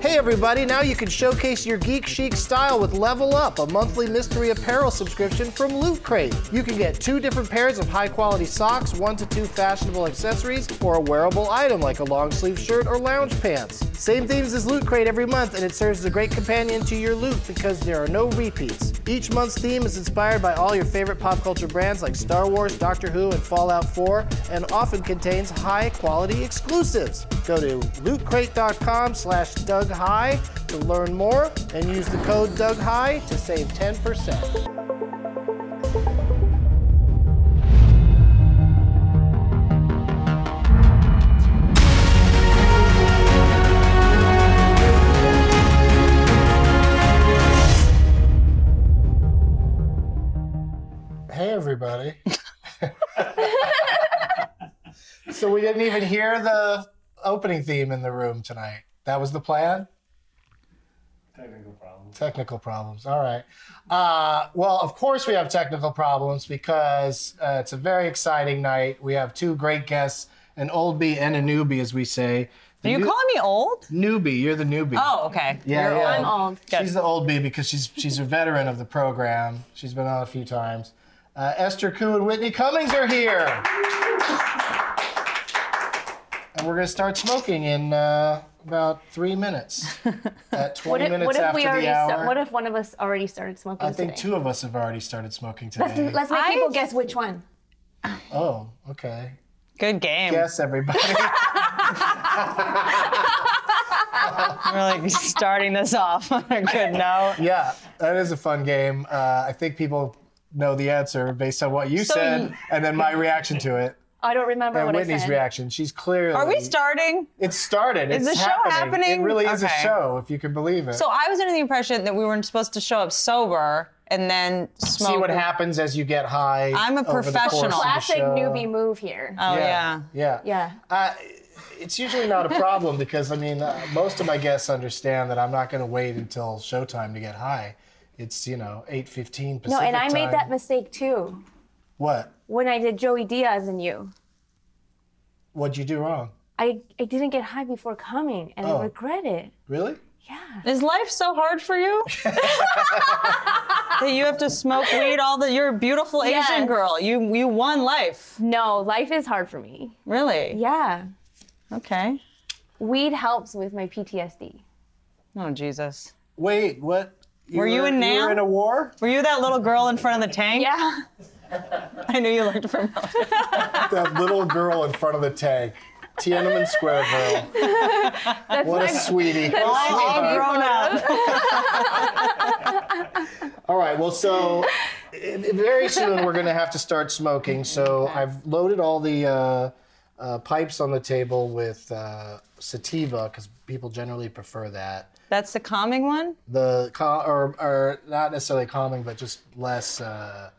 Hey everybody, now you can showcase your geek chic style with Level Up, a monthly mystery apparel subscription from Loot Crate. You can get two different pairs of high quality socks, one to two fashionable accessories, or a wearable item like a long sleeve shirt or lounge pants. Same themes as Loot Crate every month, and it serves as a great companion to your loot because there are no repeats. Each month's theme is inspired by all your favorite pop culture brands like Star Wars, Doctor Who, and Fallout 4, and often contains high quality exclusives. Go to lootcrate.com slash Doug High to learn more and use the code Doug High to save 10%. Hey, everybody. so we didn't even hear the opening theme in the room tonight. That was the plan? Technical problem. Technical problems. All right. Uh, well, of course we have technical problems because uh, it's a very exciting night. We have two great guests, an oldie and a newbie, as we say. The Are you new- calling me old? newbie? You're the newbie. Oh, okay. Yeah, You're yeah. old. I'm old. Good. She's the old bee because she's she's a veteran of the program. She's been on a few times. Uh, Esther Koo and Whitney Cummings are here, and we're gonna start smoking in uh, about three minutes. At 20 What if, minutes what if after we the already? hour, Start, what if one of us already started smoking I think today? two of us have already started smoking Let's, today. let's make I- people guess which one. oh, okay. Good game. Yes, everybody. We're like starting this off on a good note. yeah, that is a fun game. Uh, I think people know the answer based on what you So said you- and then my reaction to it. I don't remember And what Whitney's I said. reaction. She's clearly. Are we starting? It started. Is it's the show happening? It really is Okay. a show, if you can believe it. So I was under the impression that we weren't supposed to show up sober and then smoke. See what happens as you get high. I'm a over the course of the professional. Classic show. newbie move here. Oh Yeah. yeah. Yeah. yeah. Uh, it's usually not a problem because I mean, uh, most of my guests understand that I'm not going to wait until showtime to get high. It's you know 8:15 Pacific no, and I made that time. mistake too What? when I did Joey Diaz and you. What'd you do wrong? I, I didn't get high before coming, and Oh. I regret it. Really? Is life so hard for you that you have to smoke weed all the? You're a beautiful Asian Yes. girl. You you won life. No, life is hard for me. Really? Yeah, Okay. weed helps with my PTSD. Oh Jesus. Wait, what? You Were you in You were Nam? in a war? Were you that little girl in front of the tank? Yeah, I knew you looked familiar. that little girl in front of the tank. Tiananmen Square girl. what a sweetie. All grown up. All right. Well, so i- i- very soon we're going to have to start smoking. So I've loaded all the uh, uh, pipes on the table with uh, sativa because people generally prefer that. That's the calming one. The cal- or, or not necessarily calming, but just less uh,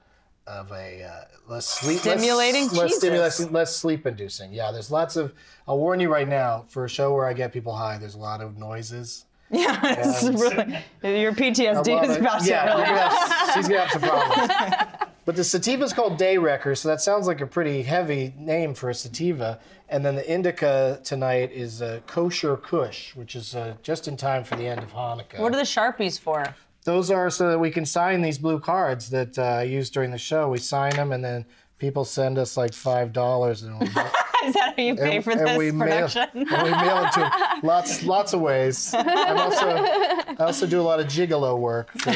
of a uh, less sleep less- Stimulating? less, stimu- less, Jesus. less sleep inducing. Yeah. There's lots of. I'll warn you right now. For a show where I get people high, there's a lot of noises. Yeah, it's Um, really, your PTSD is Well, about yeah, to you're really. gonna have- she's gonna have some problems. But the sativa is called Day Wrecker, so that sounds like a pretty heavy name for a sativa. And then the indica tonight is uh, Kosher Kush, which is uh, just in time for the end of Hanukkah. What are the sharpies for? Those are so that we can sign these blue cards that uh, I use during the show. We sign them, and then people send us like five dollars, and we, Is that how you pay and, for and this we mail, production? and we mail it to 'em. lots lots of ways. I'm also, I also do a lot of gigolo work, for,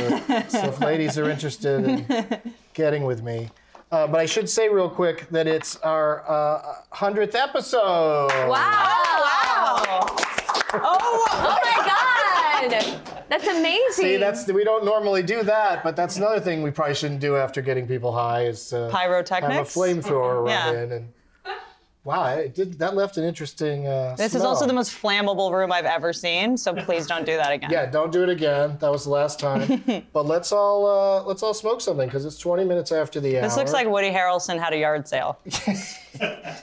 so if ladies are interested in getting with me. Uh, but I should say real quick that it's our uh, hundredth episode. Oh wow! Oh, my God, that's amazing. See, that's we don't normally do that, but that's another thing we probably shouldn't do after getting people high is uh, Pyrotechnics? Have a flamethrower Yeah. run in and. Wow, it did, that left an interesting. Uh, this is also smell. the most flammable room I've ever seen. So please don't do that again. Yeah, don't do it again. That was the last time. but let's all uh, let's all smoke something because it's 20 minutes after the hour. This looks like Woody Harrelson had a yard sale.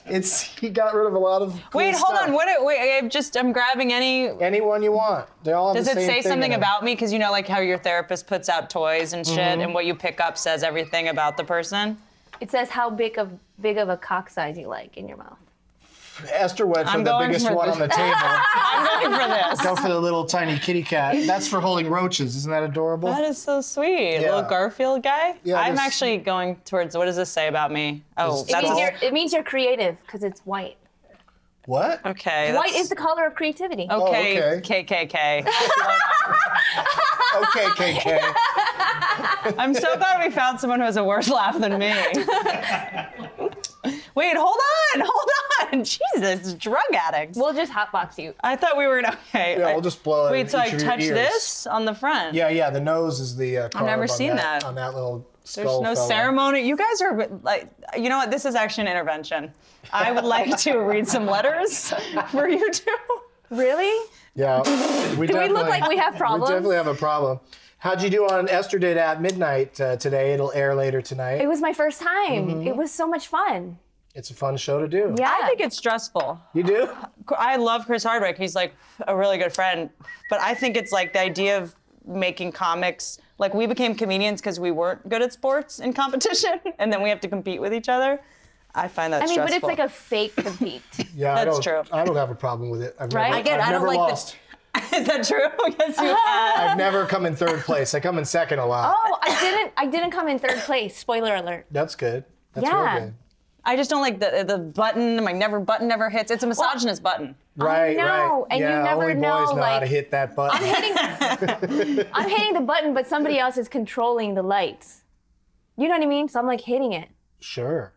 it's he got rid of a lot of. cool Wait, hold stuff. on. What? it- Wait, I'm just I'm grabbing any. Anyone you want. They all have Does the same it thing say something in it. Mm-hmm. about me? Because you know, like how your therapist puts out toys and shit, and what you pick up says everything about the person. It says how big of big of a cock size you like in your mouth. Esther went for I'm the going biggest for one the- on the table. I'm going for this. Go for the little tiny kitty cat. That's for holding roaches. Isn't that adorable? That is so sweet. Yeah. Little Garfield guy. Yeah, I'm this- actually going towards what does this say about me? Oh, This- It that's means, all- a, you're, it means you're creative because it's white. what? okay. that's- White is the color of creativity. okay, Oh, okay. KKK. Okay, KK. I'm so glad we found someone who has a worse laugh than me. Wait, hold on, hold on. Jesus, drug addicts. We'll just hotbox you. I thought we were gonna. Okay. Yeah, I- we'll just blow it. in Wait, so I each of your touch ears. this on the front? Yeah, yeah. The nose is the. Uh, I've never seen that. on that little skull. There's no fella. ceremony. You guys are like, you know what? This is actually an intervention. I would like to read some letters for you two. Really? Yeah. We Do we look like we have We problems? definitely have a problem. How'd you do on Esther Did at Midnight uh, today? It'll air later tonight. It was my first time. Mm-hmm. It was so much fun. It's a fun show to do. Yeah. I think it's stressful. You do? I love Chris Hardwick. He's like a really good friend. But I think it's like the idea of making comics. Like we became comedians because we weren't good at sports in competition, and then we have to compete with each other. I find that I mean, stressful. but it's like a fake compete. Yeah. I That's don't, true. I don't have a problem with it. I've Right? never, Again, I've I don't never like the- lost. is that true? yes, you have. I've never come in third place. I come in second a lot. oh, I didn't. I didn't come in third place. Spoiler alert. That's good. That's Yeah. real good. I just don't like the the button. My never button never hits. It's a misogynist button. Right, know, right. and you yeah, never only boys know, know how to like- hit that button. I'm hitting the button, but somebody else is controlling the lights. You know what I mean? So I'm like hitting it, sure.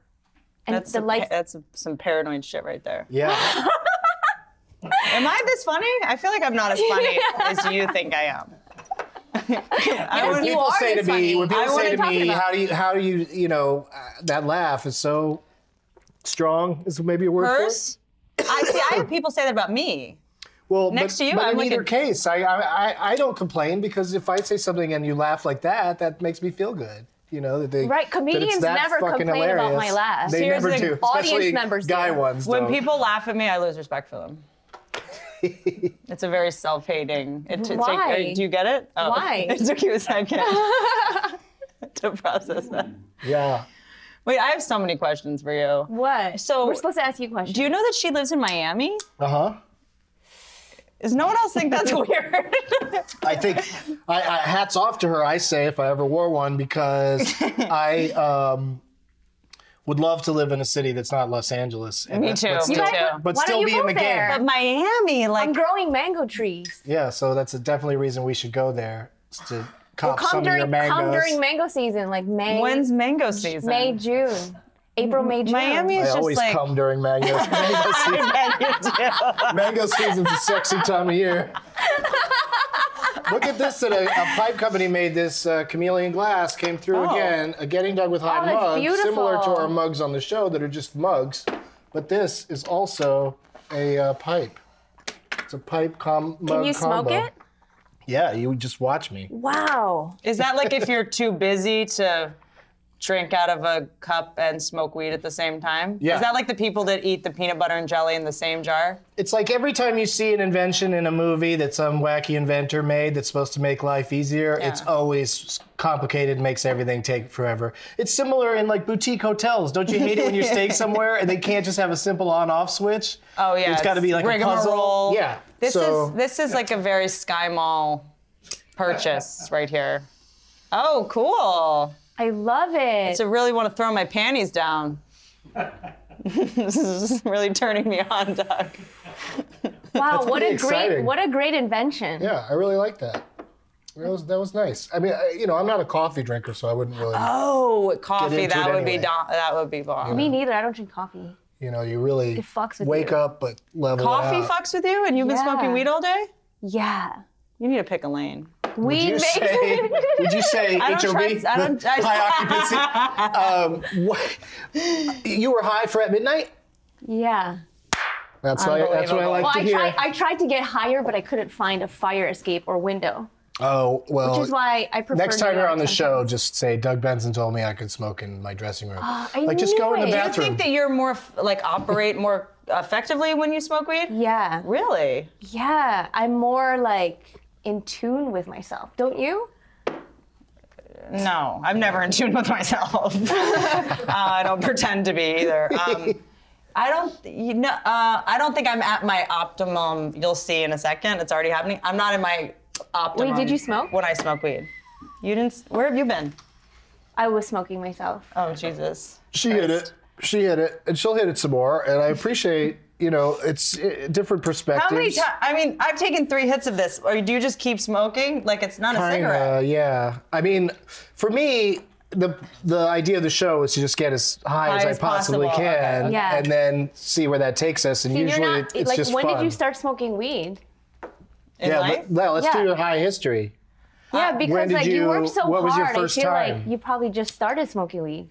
and That's uh, the some- lights. That's some paranoid shit right there. Yeah. Am I this funny? I feel like I'm not as funny as you think I am. I Yes, would- you people are say to this me, funny. when people I say wanna to talk me, about- how do you, how do you, you know, uh, that laugh is so strong is maybe a word for it. Hers? I see. I have people say that about me. Well, Next but, to you, but I'm in like either a- case, I, I I- I don't complain because if I say something and you laugh like that, that makes me feel good. You know that they Right, that it's comedians that never fucking complain about hilarious. my laugh. They Here's never the do, audience especially members guy do. ones. When don't. people laugh at me, I lose respect for them. it's a very self-hating. It, it's like- Why? do you get it? Oh, Why? It took you a second to process that. yeah, Wait, I have so many questions for you. What? So- we're supposed to ask you questions. Do you know that she lives in Miami? uh huh. Does no one else think that's weird? I think I, I hats off to her. I say if I ever wore one because I um, would love to live in a city that's not Los Angeles. And Me that- too, But me still, too. But Why still don't be you in go the there? game. But Miami, like I'm growing mango trees. Yeah, so that's a definitely reason we should go there is to cop Come some of during your mangoes. come during mango season, like May, when's mango season? May, June, April, May, June. Miami I is always just like come during mango mango season. Yeah, you do. Mango season's a sexy time of year. Look at this that a, a pipe company made this uh, chameleon glass came through Oh. again. A getting dug with high Oh, that's mug, similar to beautiful. our mugs on the show that are just mugs, but this is also a uh, pipe. It's a pipe com mug Can you smoke combo. it? Yeah, you would just watch me. Wow. Is that like if you're too busy to drink out of a cup and smoke weed at the same time? Yeah. Is that like the people that eat the peanut butter and jelly in the same jar? It's like every time you see an invention in a movie that some wacky inventor made that's supposed to make life easier, it's Yeah. always complicated, makes everything take forever. It's similar in like boutique hotels. Don't you hate it when you're staying somewhere and they can't just have a simple on-off switch? Oh yeah. it's got to be like a puzzle. rigmarole. Yeah. This so is this is like a very Sky Mall purchase right here. Oh, cool. I love it. I really want to throw my panties down. this is really turning me on, Doug. wow, what pretty a great exciting. what a great invention. yeah, I really like that. That was, that was nice. I mean, I, you know, I'm not a coffee drinker, so I wouldn't really, Oh, coffee. into That it would be anyway. da- that would be bomb. Me neither. I don't drink coffee. you know, you really fucks with wake you. up but level Coffee out. fucks with you, and you've been Yeah. smoking weed all day. Yeah. You need to pick a lane. Would We you make say? Would you say I don't HOB? trust- I don't- I- high occupancy. Um, what, you were high for at midnight. Yeah. That's what I, that's what I Unbelievable. like Well, to I hear. tried I tried to get higher, but I couldn't find a fire escape or window. oh well. Which is why I prefer next time New you're York on the show, sometimes. Ah, just say Doug Benson told me I could smoke in my dressing room. I like just go knew in the it. Do you bathroom. think that you're more f- like operate more effectively when you smoke weed? Yeah. Really? Yeah. I'm more like in tune with myself. Don't you? No, I'm never in tune with myself. Uh, I don't pretend to be either. Um, I don't, you know, uh, I don't think I'm at my optimum. You'll see in a second. It's already happening. I'm not in my optimum. Wait, did you smoke? When I smoke weed, you didn't. s- Where have you been? I was smoking myself. Oh Jesus. She hit it. She hit it, and she'll hit it some more. And I appreciate, you know, it's uh, different perspectives. How many times? I mean, I've taken three hits of this. Or do you just keep smoking? Like it's not a cigarette. Kinda, uh, yeah. I mean, for me, the the idea of the show is to just get as high, as, High I as possibly possible, okay, can, okay. Yeah. and then see where that takes us. And And usually, you're it- not it's like just when did fun. you start smoking weed? In Yeah, life? let, no, let's Yeah. do your high history. Yeah, because Uh, did like you, you- worked so what hard, was your first I feel like time? you probably just started smoking weed.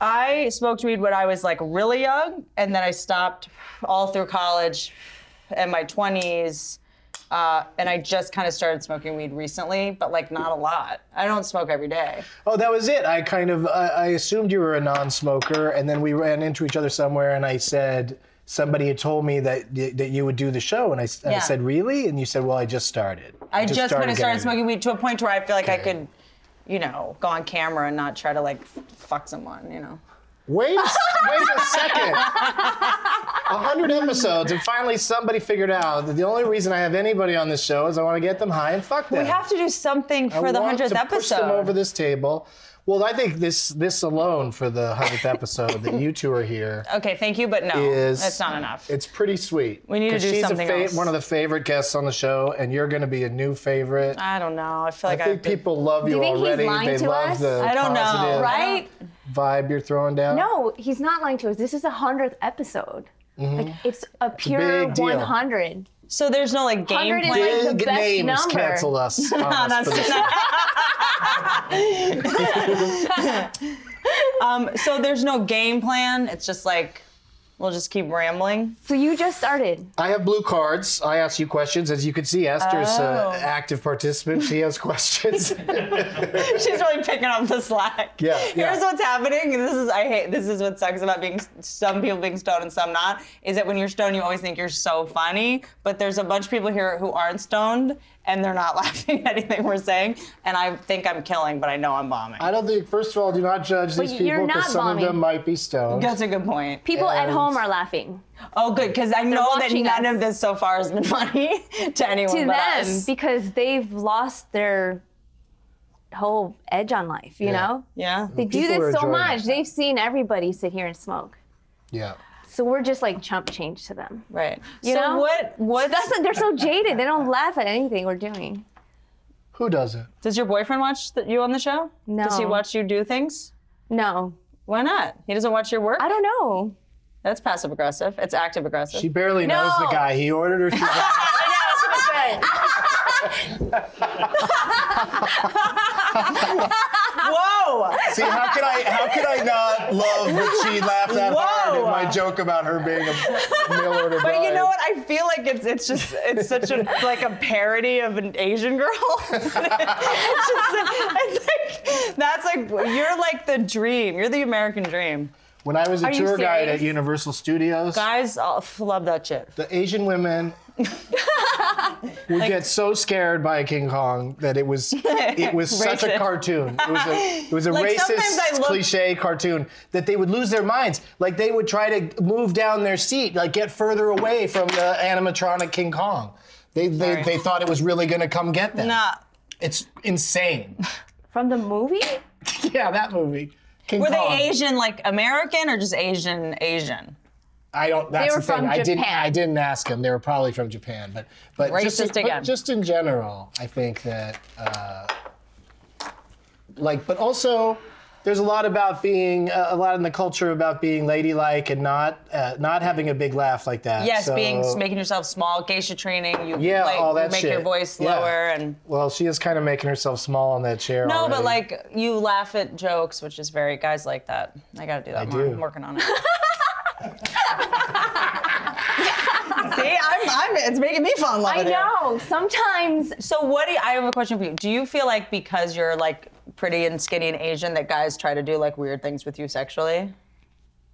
I smoked weed when I was like really young, and then I stopped all through college and my 20s. Uh, and I just kind of started smoking weed recently, but like not a lot. I don't smoke every day. Oh, that was it. I kind of I, I assumed you were a non-smoker, and then we ran into each other somewhere, and I said somebody had told me that y- that you would do the show, and I, s- and I Yeah. said really, and you said, well, I just started. I just, kind of started getting- smoking weed to a point where I feel like I Okay. could, you know, go on camera and not try to like fuck someone, you know. Wait, wait a second. A hundred episodes, and finally somebody figured out that the only reason I have anybody on this show is I want to get them high and fuck them. We have to do something I for the want hundredth to episode. Push them over this table. Well, I think this this alone for the hundredth episode that you two are here okay, thank you, but no, is that's not enough. It's pretty sweet. We need to 'Cause do she's a something fa- else. One of the favorite guests on the show, and you're going to be a new favorite. I don't know. I feel I think like I've been- people love you, you think he's already. lying they to love us? the I don't know, positive Right? vibe you're throwing down. No, he's not lying to us. This is the hundredth episode. Like it's a pure Mm-hmm. big deal. one hundred. so there's no like game 100 is plan. like the Big best names number. canceled us. on us that's- for this um, so there's no game plan. It's just like we'll just keep rambling. So you just started. I have blue cards. I ask you questions. As you can see, Esther's Oh. an active participant. She has questions. She's really picking up the slack. Yeah, yeah. Here's what's happening. and This is I hate. This is what sucks about being some people being stoned and some not. Is that when you're stoned, you always think you're so funny, but there's a bunch of people here who aren't stoned and they're not laughing at anything we're saying. And I think I'm killing, but I know I'm bombing. I don't think. First of all, do not judge these you're people not because some bombing. of them might be stoned. That's a good point. People at And- home are laughing Oh, good, because I know that watching none us. of this so far has been funny to anyone to but them us. because they've lost their whole edge on life. You Yeah. know, Yeah. they do People are this so enjoying much. it. They've seen everybody sit here and smoke. Yeah. So we're just like chump change to them. Right. You so know? what? What That's they're so jaded. They don't laugh at anything we're doing. Who does it? does your boyfriend watch the, you on the show? No. Does he watch you do things? No, Why not? He doesn't watch your work. I don't know. That's passive aggressive. It's active aggressive. She barely knows the No. guy. He ordered her. Through the- Ah. Whoa! See, how can I? How can I not love that she laughed that hard at Whoa. my joke about her being a mail order? But you know what? I feel like it's it's just it's such a like a parody of an Asian girl. it's just it's like that's like you're like the dream. You're the American dream. When I was a you tour guide serious? at Universal Studios, Guys all f- love that shit. the Asian women would get so scared by King Kong that it was it was such a Racist. cartoon. It was a it was a Like, sometimes I racist look- cliche cartoon that they would lose their minds. Like they would try to move down their seat, like get further away from the animatronic King Kong. They they, Sorry. they thought it was really gonna come get them. Nah. It's insane. From the movie? yeah, that movie. King Were Kong. they Asian like American or just Asian Asian? I don't. That's were the thing. from I didn't. Japan. I didn't ask them. They were probably from Japan, but but just in, Racist but again. just in general, I think that uh, like, but also. There's a lot about being uh, a lot in the culture about being ladylike and not uh, not having a big laugh like that. Yes, So- being making yourself small, geisha training. You Yeah, like, all you that make your shit. voice Yeah. lower and well, she is kind of making herself small on that chair. no, but already. like you laugh at jokes, which is very guys like that. I gotta do that more. do. I'm working on it. See, I'm, I'm, it's making me fall in love. I with it. know. Sometimes So what do you, I have a question for you? Do you feel like because you're like pretty and skinny and Asian that guys try to do like weird things with you sexually?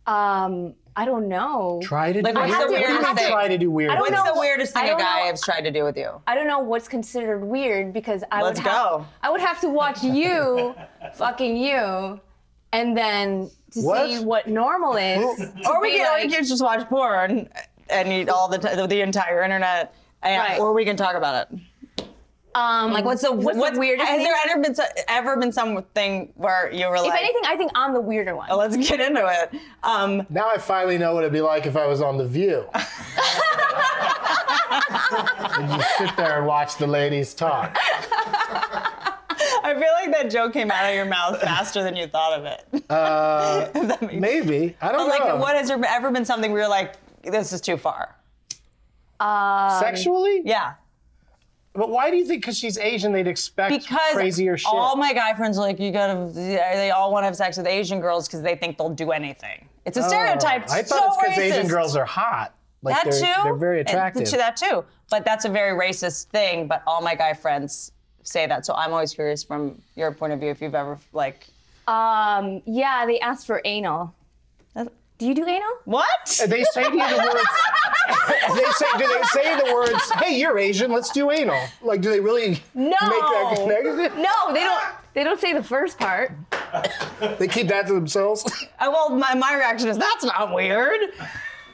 um I don't know. try to Like, do what's weird- the what do you weirdest mean thing? Try to do weird. I don't things? What's know. the weirdest I thing a don't guy know. has tried to do with you? I don't know what's considered weird because I Let's would have, go. I would have to watch you fucking you and then to What? see what normal is. to or we be can like- we can just watch porn and eat all the t- the entire internet, and, Right. or we can talk about it. um, Like, what's the what's what's- the weirdest? Has thing? there ever been so, ever been something where you were if like, anything, I think I'm the weirder one. let's get into it? Um, Now I finally know what it'd be like if I was on The View. and you sit there and watch the ladies talk. I feel like that joke came out of your mouth faster than you thought of it. If that makes- Uh, Maybe. I don't like, know. what has there ever been something where you're like, this is too far? Um, Sexually? Yeah. But why do you think because she's Asian they'd expect Because crazier shit? all my guy friends are like, you gotta, they all wanna have sex with Asian girls because they think they'll do anything. It's a stereotype. Oh. I thought so it's because Asian racist. girls are hot. Like That they're, too. They're very and attractive. To that too. But that's a very racist thing. But all my guy friends say that. So I'm always curious from your point of view if you've ever like um, yeah, they asked for anal. That's- Do you do anal? what? They say to you the words. they say, do they say the words? Hey, you're Asian. Let's do anal. Like, do they really make that No. connection? No, they don't. They don't say the first part. They keep that to themselves. Uh, well, my, my reaction is that's not weird.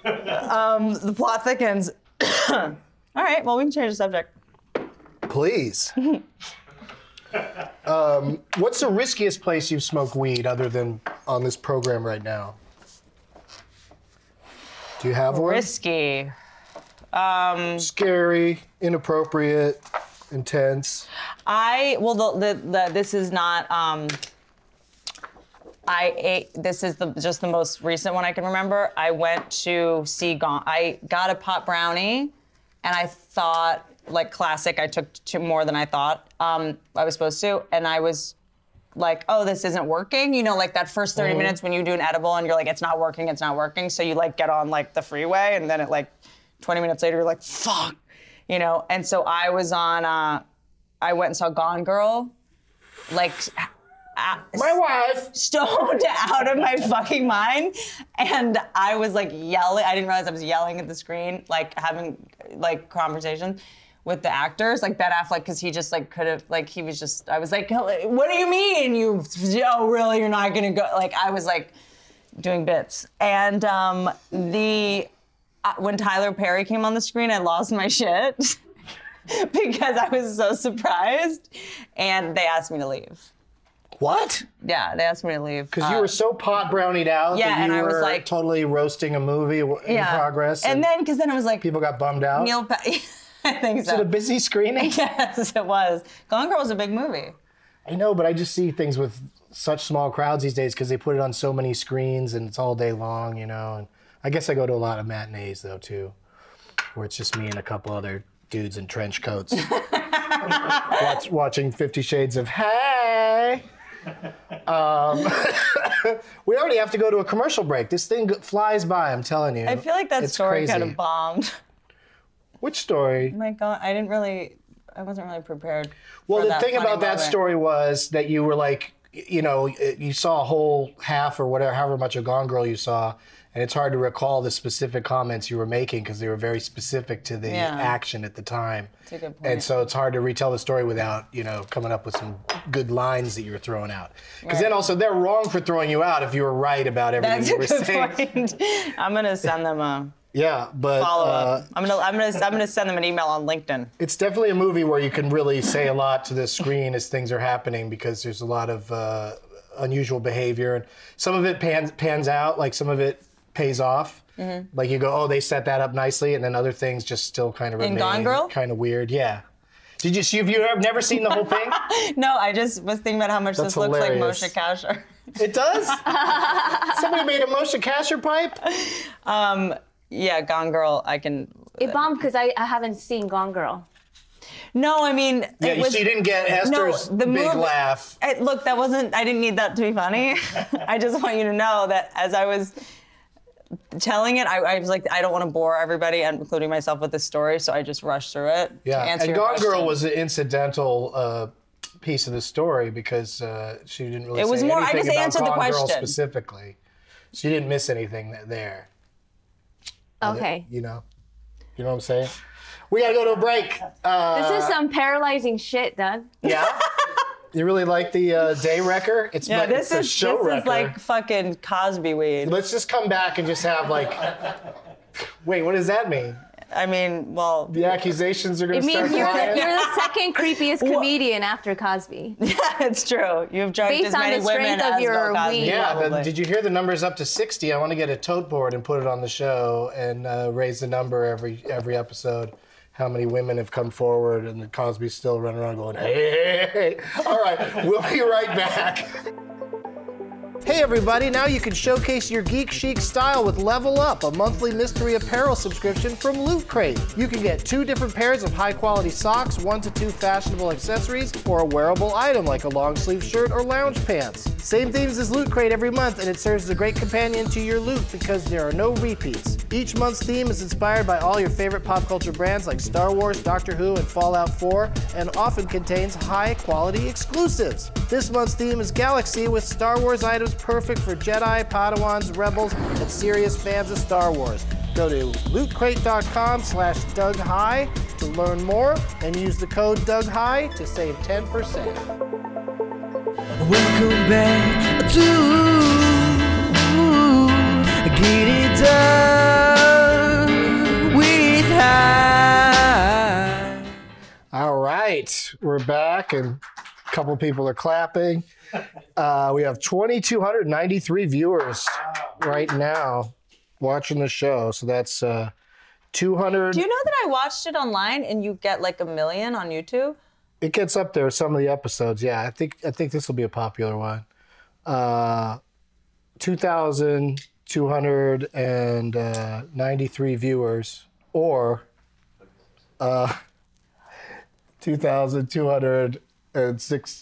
um, the plot thickens. all right. Well, we can change the subject. Please. um, what's the riskiest place you smoke weed other than on this program right now? Do you have one? Risky. Um, Scary, inappropriate, intense. I well the, the the this is not um I ate this is the just the most recent one I can remember. I went to see Gone. I got a pot brownie and I thought like classic I took two more than I thought um I was supposed to and I was like, oh, this isn't working. You know, like that first 30 minutes when you do an edible and you're like, it's not working, it's not working. So you like get on like the freeway and then it like 20 minutes later, you're like, fuck, you know? And so I was on, uh, I went and saw Gone Girl, like a- My wife. stoned out of my fucking mind. And I was like yelling, I didn't realize I was yelling at the screen, like having like conversations. With the actors, like Ben Affleck, because he just like could have, like he was just. I was like, "What do you mean? You, oh, really? You're not gonna go?" Like I was like, doing bits. And um, the uh, when Tyler Perry came on the screen, I lost my shit because I was so surprised, and they asked me to leave. What? Yeah, they asked me to leave Because you Uh, were so pot brownied out yeah, that you and I was were like- totally roasting a movie w- in yeah. progress. And then because then I was like, people got bummed out. Neil. Pa- I think Is it so. a busy screening? yes, it was. Gone Girl was a big movie. I know, but I just see things with such small crowds these days because they put it on so many screens and it's all day long, you know. And I guess I go to a lot of matinees though too, where it's just me and a couple other dudes in trench coats watch, watching Fifty Shades of Hey. Um, we already have to go to a commercial break. This thing g- flies by. I'm telling you. I feel like that It's story crazy. kind of bombed. Which story? My God, I didn't really. I wasn't really prepared. Well, for the that thing funny about that moment. story was that you were like, y- you know, y- you saw a whole half or whatever, however much of Gone Girl you saw, and it's hard to recall the specific comments you were making because they were very specific to the Yeah. action at the time. That's a good And point. so it's hard to retell the story without, you know, coming up with some good lines that you were throwing out. Because then Right. also they're wrong for throwing you out if you were right about everything That's you a were good saying. point. I'm gonna send them a Yeah, but follow uh, up. I'm gonna I'm gonna I'm gonna send them an email on LinkedIn. it's definitely a movie where you can really say a lot to the screen as things are happening because there's a lot of uh, unusual behavior and some of it pans pans out like some of it pays off Mm-hmm. like you go oh they set that up nicely and then other things just still kind of remain In Gone Girl? kind of weird yeah did you see if you have never seen the whole thing No, I just was thinking about how much That's this looks hilarious. like Moshe Kasher. it does somebody made a Moshe Kasher pipe Um, yeah, Gone Girl. I can. It bombed because I, I haven't seen Gone Girl. No, I mean yeah it you, was. so you didn't get no, Esther's the big movie- laugh I, look, that wasn't. I didn't need that to be funny. I just want you to know that as I was telling it, I, I was like, I don't want to bore everybody, and including myself, with this story, so I just rushed through it. Yeah, To answer and your Gone question. Girl was an incidental uh, piece of the story because uh, she didn't really. It say was more- I anything just about answered the Gone Girl question. specifically. She didn't miss anything th- there. Oh, Okay. You know, you know what I'm saying. We gotta go to a break. Uh, This is some paralyzing shit, Doug. yeah. You really like the uh, day wrecker? It's Yeah, like- it's this is a this show is like fucking Cosby weed. Let's just come back and just have like. Wait, what does that mean? I mean, well, The accusations are going It to start means you're the, flying. you're the second creepiest comedian after Cosby. it's true. You've drugged Based as on many the women strength of as your Bill Cosby. weed. Yeah, probably. but did you hear the numbers up to 60? I want to get a tote board and put it on the show and uh, raise the number every every episode. How many women have come forward and the Cosby's still running around going, hey, hey, hey, hey. All right, we'll be right back. Hey everybody, now you can showcase your geek chic style with Level Up, a monthly mystery apparel subscription from Loot Crate. You can get two different pairs of high quality socks, one to two fashionable accessories, or a wearable item like a long sleeve shirt or lounge pants. Same themes as Loot Crate every month, and it serves as a great companion to your loot because there are no repeats. Each month's theme is inspired by all your favorite pop culture brands like Star Wars, Doctor Who, and Fallout 4, and often contains high quality exclusives. This month's theme is Galaxy, with Star Wars items perfect for Jedi, Padawans, Rebels, and serious fans of Star Wars. Go to lootcrate.com slash Doug High to learn more and use the code Doug High to save 10%. Welcome back to Get It Done with High. All right, we're back, and a couple of people are clapping. Uh, we have 2,293 viewers right now watching the show, so that's uh, 200. Do you know that I watched it online and you get like a million on YouTube? it gets up there some of the episodes. Yeah, I think I think this will be a popular one. Uh, 2,293 uh, viewers or uh, 2,206.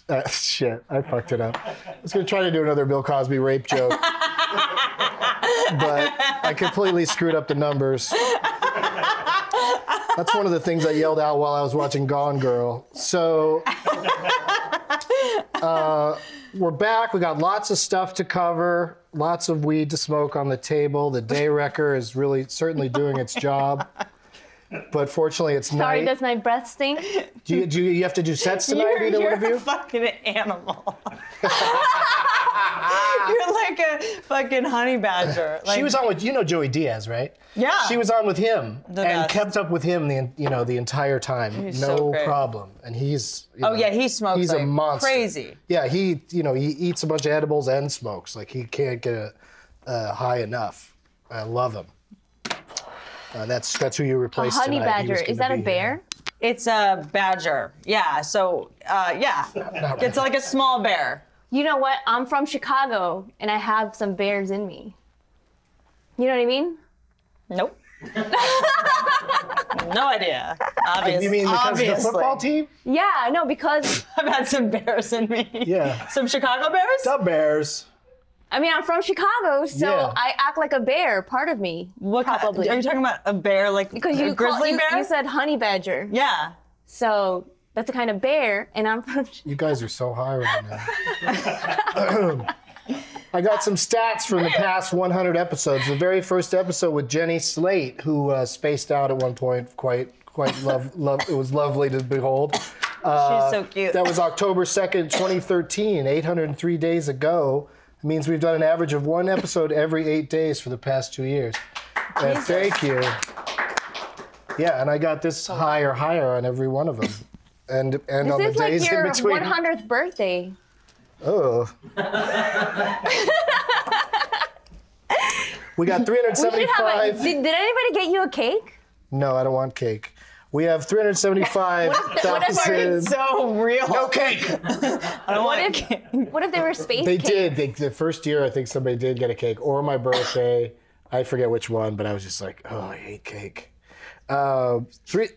Uh, shit, I fucked it up. I was going to try to do another Bill Cosby rape joke, but I completely screwed up the numbers. That's one of the things I yelled out while I was watching Gone Girl. So uh, we're back. We got lots of stuff to cover, lots of weed to smoke on the table. The day wrecker is really certainly doing its job. But fortunately, it's Sorry, night. does my breath stink? Do you, do you, you have to do sets tonight, either one you're of a you? fucking animal. you're like a fucking honey badger. Like, She was on with you know Joey Diaz, right? Yeah. She was on with him and best. kept up with him the you know the entire time, He's no so great. problem. And he's you Oh, know, yeah, he smokes He's a like monster. crazy. Yeah, he you know he eats a bunch of edibles and smokes. Like he can't get a, uh, high enough. I love him. Uh, that's that's who you A replaced. honey tonight. He badger. was Is gonna that be a here. bear? It's a badger. Yeah. So, uh, yeah. It's like a small bear. You know what? I'm from Chicago and I have some bears in me. You know what I mean? Nope. no idea. Obvious, You mean because obviously. of the football team? Yeah, no, because I've had some bears in me. Yeah. Some Chicago bears? The Bears. I mean I'm from Chicago, so Yeah. I act like a bear, part of me. What kind- probably. Are you talking about a bear like Because you a call- grizzly you, bear? you said honey badger. yeah. So that's the kind of bear and I'm from You guys are so high right now. I got some stats from the past 100 episodes. The very first episode with Jenny Slate, who uh, spaced out at one point, quite quite love love. It was lovely to behold. Uh, She's so cute. That was October 2nd, 2013, 803 days ago. It means we've done an average of one episode every eight days for the past two years. And thank you. Yeah, and I got this higher, higher on every one of them. And, and on the This is days like your in between. 100th birthday. Oh. we got We should have a, 375. did, did anybody get you a cake? no, I don't want cake. We have 375,000. so real. No cake. I don't want if- What if they were space They cake? did. They, the first year, I think somebody did get a cake, or my birthday. I forget which one, but I was just like, oh, I hate cake. Uh, three,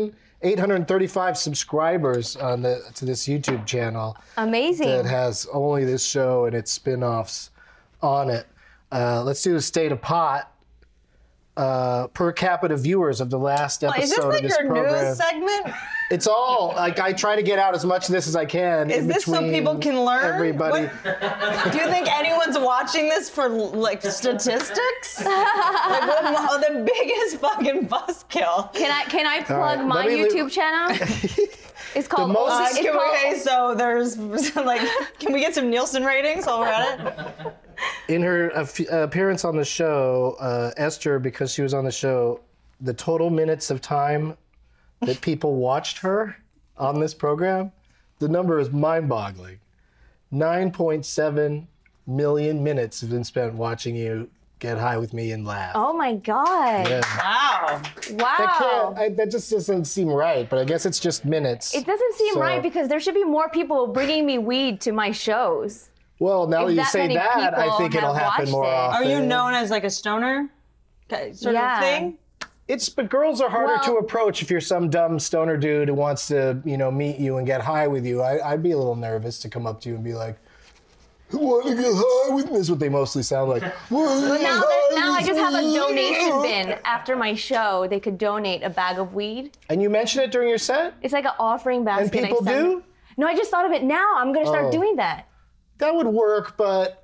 375,835 subscribers on the to this YouTube channel. Amazing. that has only this show and its spin-offs on it. Uh, let's do the state of pot uh, per capita viewers of the last episode Is this of like this your program. news segment? it's all like I try to get out as much of this as I can. Is in this so between people can learn? Everybody, What- do you think anyone's watching this for like statistics? like what, mo- the biggest fucking buzzkill. Can I can I plug right, my let me leave- YouTube channel? It's called most- Old- Uh, it's Can called- we, hey, so there's like, can we get some Nielsen ratings while we're at it? in her uh, f- appearance on the show, uh, Esther, because she was on the show, the total minutes of time that people watched her on this program, the number is mind-boggling. 9.7 million minutes have been spent watching you get high with me and laugh. Oh my god! Wow. I Wow. can't, I, that just doesn't seem right, but I guess it's just minutes. It doesn't seem So- right because there should be more people bringing me weed to my shows. Well, now if that you that say many that, I people think it'll have happen watched more it. often. Are you known as like a stoner ki- sort Yeah. of thing? It's but girls are harder Well- to approach if you're some dumb stoner dude who wants to, you know, meet you and get high with you. I, I'd be a little nervous to come up to you and be like, "I want to get high with me." Is what they mostly sound like. But Now, that, now I just have a donation bin after my show. They could donate a bag of weed. And you mention it during your set, It's like an offering basket. and I people send- do. No, I just thought of it now. I'm gonna start Oh. doing that. That would work, but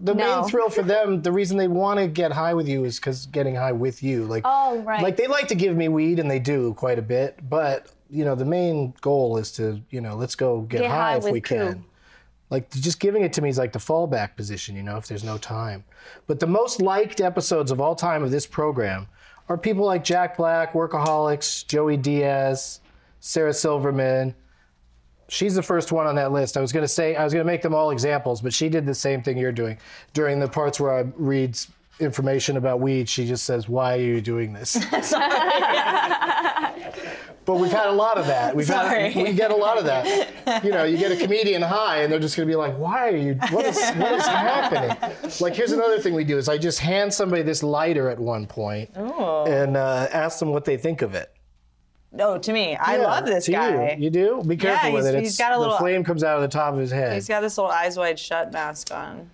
the No. main thrill for them, the reason they want to get high with you is because getting high with you, like, Oh, right. like they like to give me weed and they do quite a bit, but you know the main goal is to you know let's go get, Get high, high if with we crew. can. Like just giving it to me is like the fallback position, you know, if there's no time. But the most liked episodes of all time of this program are people like Jack Black, Workaholics, Joey Diaz, Sarah Silverman. She's the first one on that list. I was gonna say I was gonna make them all examples, but she did the same thing you're doing. During the parts where I read s- information about weed, she just says, "Why are you doing this?" but we've had a lot of that. We've Sorry. had we get a lot of that. You know, you get a comedian high, and they're just gonna be like, "Why are you? What is what is happening?" Like, here's another thing we do: is I just hand somebody this lighter at one point Oh. and uh, ask them what they think of it. No, Oh, to me, I Yeah, love this to you. guy. You, do? Be careful with he's- it. he's It's, got a little- the flame comes out of the top of his head. He's got this little eyes wide shut mask on.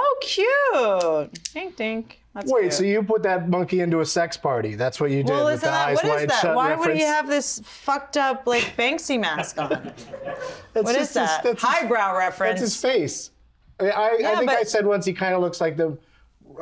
Oh, cute. Dink, dink. That's Wait, cute. so you put that monkey into a sex party? That's what you did Well, with isn't the that eyes what wide is that? shut Why reference. would he have this fucked up like Banksy mask on? That's What just is His, that? that's, his- Highbrow that's reference. his face. I, I, I Yeah, think I but- said once he kind of looks like the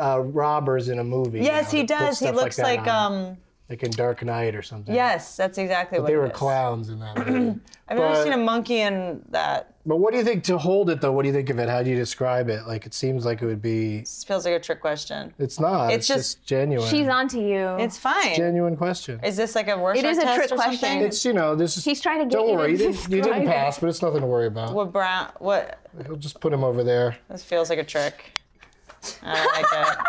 uh, robbers in a movie. you yes, know, he that put does. He stuff looks that like, on, um. like in Dark Knight or something. Yes, that's exactly what they it were is. clowns in that movie. I've never but- seen a monkey in that. but what do you think to hold it though? What do you think of it? How do you describe it? Like it seems like it would be. This feels like a trick question. It's not. It's It's, just- just, genuine. She's onto you. It's fine. genuine question. Is this like a workshop It is a test trick or question. something? It's you know this is. He's trying to get Don't you to worry, you didn't, you describe didn't it. pass, but it's nothing to worry about. What brown? What? We'll just put him over there. This feels like a trick. I don't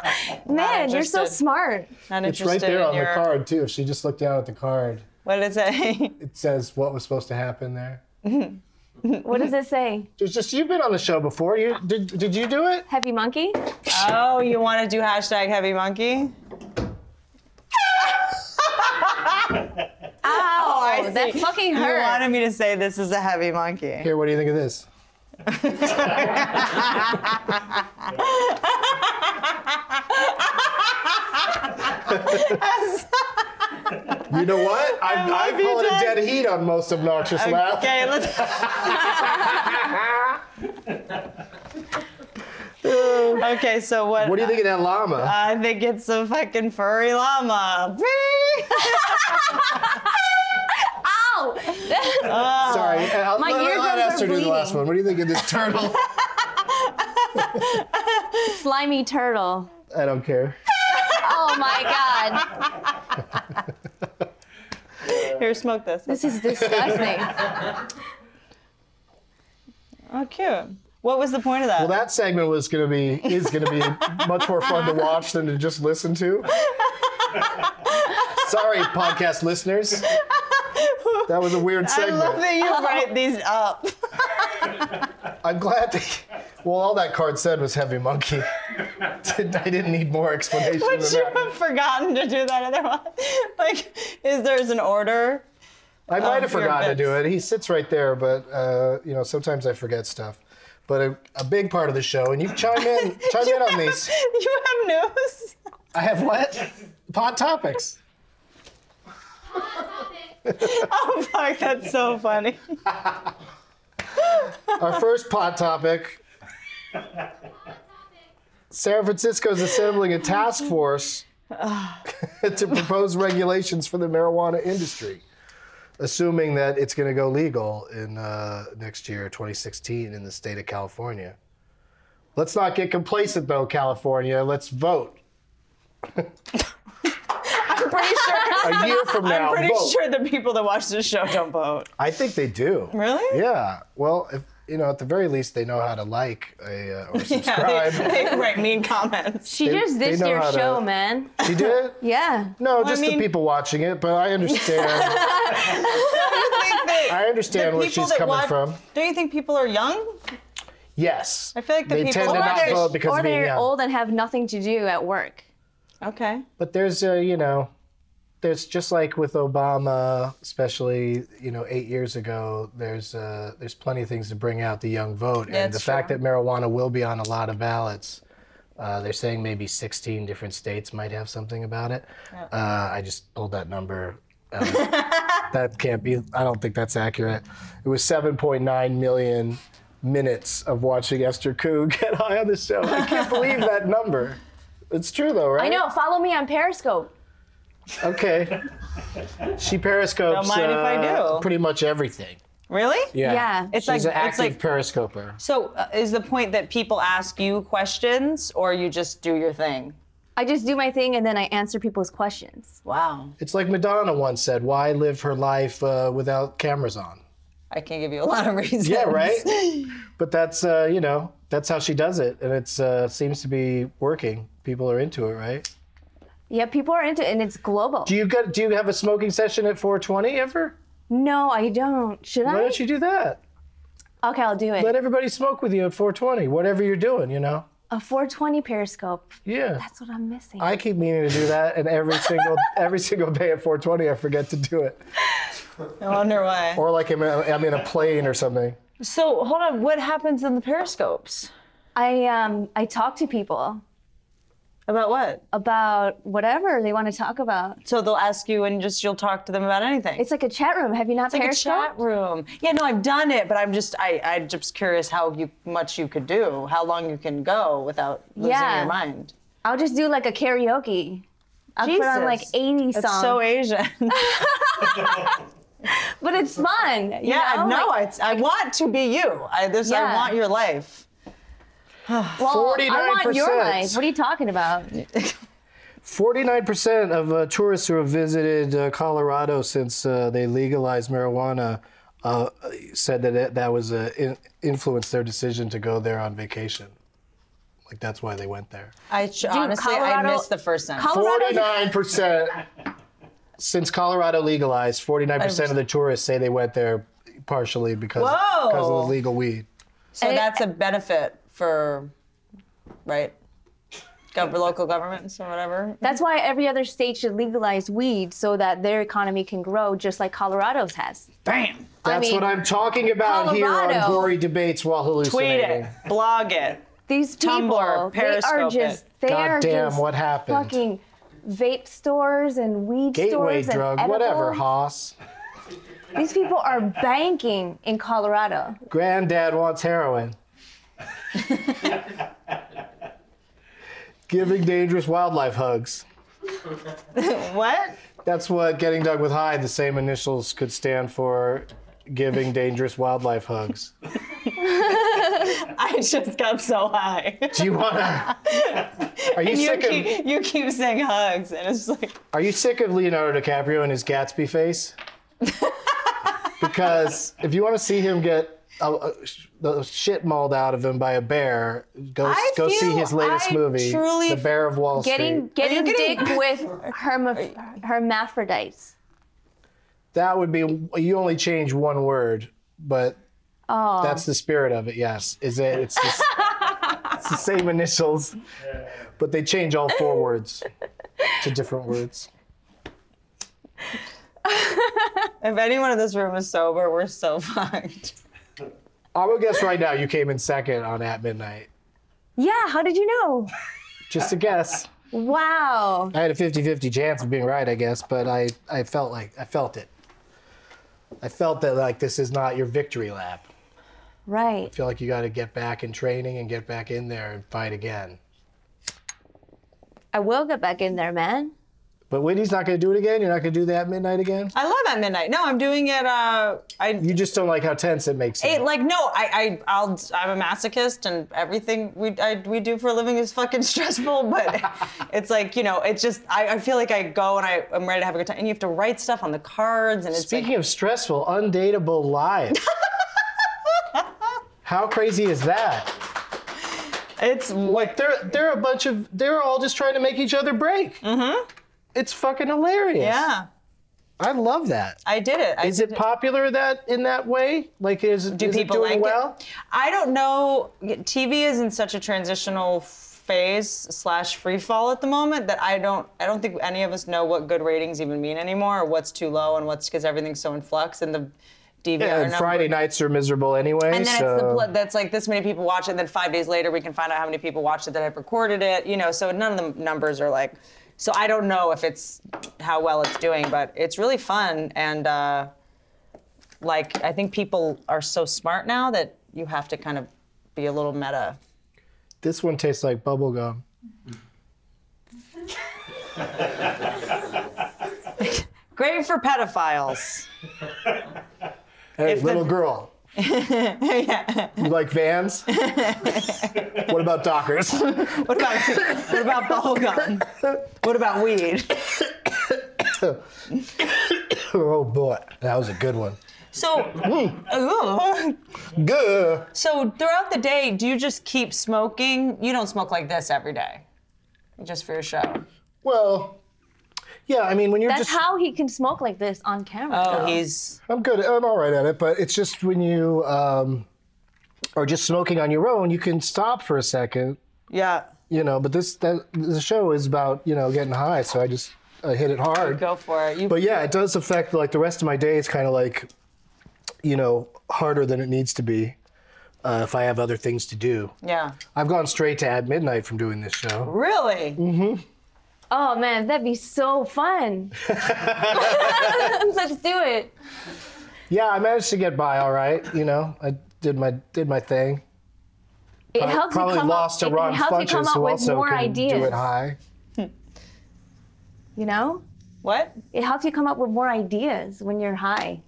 like it. Man, you're so interested. smart. Not It's interested right there in on your. the card too. If she just looked down at the card, What did it say? it says what was supposed to happen there. What does it say? There's just you've been on the show before. You did did you do it? Heavy monkey? oh, you want to do hashtag heavy monkey? Ow! I Oh, that see. fucking You hurt. wanted me to say this is a heavy monkey. Here, what do you think of this? you know what? I'm, love I'm you, calling it Jack. dead heat on most obnoxious laughs. Okay, let's. okay, so what? What do you think of that llama? I think it's a fucking furry llama. Ow! Sorry, I'll, Oh. My let, let eardrums are Esther do the last bleeding. one. What do you think of this turtle? Slimy turtle. I don't care. Oh my god. Here, smoke this. This is disgusting. Oh, cute. What was the point of that? Well, that segment was going to be is going to be much more fun to watch than to just listen to. Sorry, podcast listeners. That was a weird I segment. love that you write these up. I'm glad that. Well, all that card said was heavy monkey. Didn't- I didn't need more explanation than Would you that. have forgotten to do that otherwise? Like, is there's an order? I might have for your forgotten to bits. do it. He sits right there, but uh, you know sometimes I forget stuff. But a, a big part of the show, and you chime in, chime in on these. You have news? I have what? Pod topics. Oh fuck, that's so funny. Our first pot topic. San Francisco's assembling a task force to propose regulations for the marijuana industry. assuming that it's going to go legal in uh, next year, 2016, in the state of California. Let's not get complacent, though, California. Let's vote. I'm pretty sure. A year from now, I'm pretty vote. sure the people that watch this show don't vote. I think they do. Really? Yeah. Well, if you know, at the very least, they know how to like a, uh, or Yeah, subscribe. they, they write mean comments. She They- just they dissed know your how to- show, man. She did? Yeah. No, just mean- the people watching it. But I understand. I understand where she's coming from. Don't you think people are young? Yes. I feel like the they people tend to not watching- vote because or of being they're young. old and have nothing to do at work. Okay. But there's a, you know, there's just like with Obama, especially you know, eight years ago. There's uh, there's plenty of things to bring out the young vote, and the That's fact true. that marijuana will be on a lot of ballots. Uh, they're saying maybe 16 different states might have something about it. Uh, I just pulled that number. out. that can't be. I don't think that's accurate. It was 7.9 million minutes of watching Esther Koo get high on the show. I can't believe that number. It's true though, right? I know. Follow me on Periscope. Okay. She periscopes Don't mind if I uh, do. pretty much everything. Really? Yeah. Yeah. It's She's like an active it's like periscoper. so. Uh, is the point that people ask you questions, or you just do your thing? I just do my thing and then I answer people's questions. Wow. It's like Madonna once said, why live her life uh, without cameras on? I can't give you a lot of reasons. Yeah, right? but that's, uh, you know, that's how she does it. And it uh, seems to be working. People are into it, right? Yeah, people are into it and it's global. Do you get, do you have a smoking session at 420 ever? no, I don't. Should Why I? don't you do that? Okay, I'll do it. Let everybody smoke with you at 420, whatever you're doing, you know? a 420 Periscope. Yeah. That's what I'm missing. I keep meaning to do that, and every single every single day at 420, I forget to do it. I wonder why. Or like I'm, I'm in a plane or something. so hold on. What happens in the periscopes? I um I talk to people About what? about whatever they want to talk about. So they'll ask you, and just you'll talk to them about anything. It's like a chat room. Have you not It's like a Periscope? chat room. Yeah, no, I've done it, but I'm just I I'm just curious how you much you could do, how long you can go without losing Yeah. your mind. I'll just do like a karaoke. I'll put on like Jesus. 80 That's songs. so Asian. but it's fun. you yeah, know? no, Like, it's, I want to be you. I this I Yeah. want your life. well, I want your 49%. life. What are you talking about? 49% of uh, tourists who have visited uh, Colorado since uh, they legalized marijuana uh, said that it, that was uh, in, influenced their decision to go there on vacation. Like that's why they went there. I ch- honestly Colorado- I missed the first sentence. Colorado. 49% since Colorado legalized, 49% of the tourists say they went there partially because Whoa. because of the legal weed. so that's a benefit for right? Gov- local governments or whatever. That's why every other state should legalize weed so that their economy can grow just like Colorado's has. Bam. That's mean, what I'm talking about here on Colorado- Gory Debates while Tweet hallucinating. it. Blog it. These people, Tumblr, they are Periscope just, it. they are Goddamn, just what happened? fucking vape stores and weed Gateway stores drug, and whatever, Haas. edibles. These people are banking in Colorado. Granddad wants heroin. Giving dangerous wildlife hugs. What? That's what getting dug with high, the same initials could stand for giving dangerous wildlife hugs. I just got so high. Do you wanna Are you You sick of keep, you keep saying hugs, and it's like Are you sick of Leonardo DiCaprio and his Gatsby face? because if you want to see him get uh, uh, sh- the shit mauled out of him by a bear, go I go see feel- his latest I movie, truly The Bear of Wall Getting Street. getting getting- dick with hermaph- hermaphrodites. That would be you only change one word, but Oh, that's the spirit of it. Yes, is it? It's the, s- it's the same initials, but they change all four words to different words. if anyone in this room is sober, we're so fucked. I will guess right now you came in second on At Midnight. yeah. How did you know? Just a guess. Wow. I had a 50-50 chance of being right, I guess, but I, I felt like I felt it. I felt that like this is not your victory lap. Right. I feel like you got to get back in training and get back in there and fight again. I will get back in there, man. But Whitney's not going to do it again. You're not going to do that midnight again. I love at midnight. No, I'm doing it. Uh, I You just don't like how tense it makes It, it. like no, I, I, I'll, I'm a masochist, and everything we, I, we do for a living is fucking stressful. But it's like you know, it's just I, I feel like I go and I, I'm ready to have a good time, and you have to write stuff on the cards, and it's Speaking like, of stressful, undateable lives. how crazy is that? it's Like they're they're a bunch of they're all just trying to make each other break. Mm-hmm. It's fucking hilarious. yeah, I love that. I did it. I Is it popular that in that way? Like is, Do is it people doing like it? well? I don't know. TV is in such a transitional phase slash free fall at the moment that I don't I don't think any of us know what good ratings even mean anymore or what's too low and what's because everything's so in flux and the DVR Yeah, and number- Friday nights are miserable anyway. And then so. it's the pl- that's like this many people watch it, and then five days later we can find out how many people watched it that have recorded it. You know, so none of the numbers are like. So I don't know if it's how well it's doing, but it's really fun and uh, like I think people are so smart now that you have to kind of be a little meta. This one tastes like bubble gum. Great for pedophiles. Hey, If the- little girl. You like Vans? what about Dockers? What about what about bubblegum? What about weed? oh boy, that was a good one. So, Ugh. Good. So throughout the day, do you just keep smoking? You don't smoke like this every day, just for your show. Well, yeah. I mean, when you're just, That's how he can smoke like this on camera. Oh, though. he's I'm good. I'm all right at it, but it's just when you um, are just smoking on your own, you can stop for a second, yeah. you know. But this that the show is about you know getting high, so I just I hit it hard. Go for it. You, But yeah, it does affect like the rest of my day. It's kind of like, you know, harder than it needs to be uh, if I have other things to do. yeah. I've gone straight to at midnight from doing this show. Really? Oh man, that'd be so fun. Let's do it. Yeah, I managed to get by all right. You know, I did my did my thing. It I helps probably you come lost up, to Ron it helps you come Funches, up who with also more can do ideas. it high. You know, What? it helps you come up with more ideas when you're high.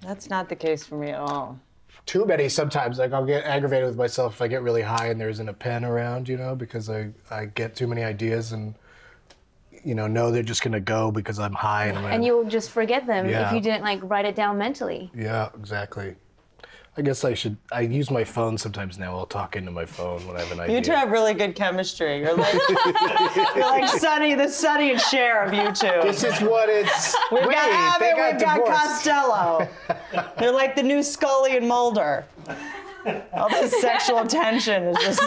That's not the case for me at all. Too many sometimes. Like I'll get aggravated with myself if I get really high and there isn't a pen around. You know, because I I get too many ideas and. You know, know they're just gonna go because I'm high and I'm gonna And you'll just forget them Yeah. if you didn't like write it down mentally. Yeah, exactly. I guess I should. I use my phone sometimes now. I'll talk into my phone when I have an idea. You two have really good chemistry. You're like, you're like Sunny, the Sunny and Cher of you two. This is what it's. We've wait, got they Abbott, got we've got divorced. Costello. They're like the new Scully and Mulder. All this sexual tension is just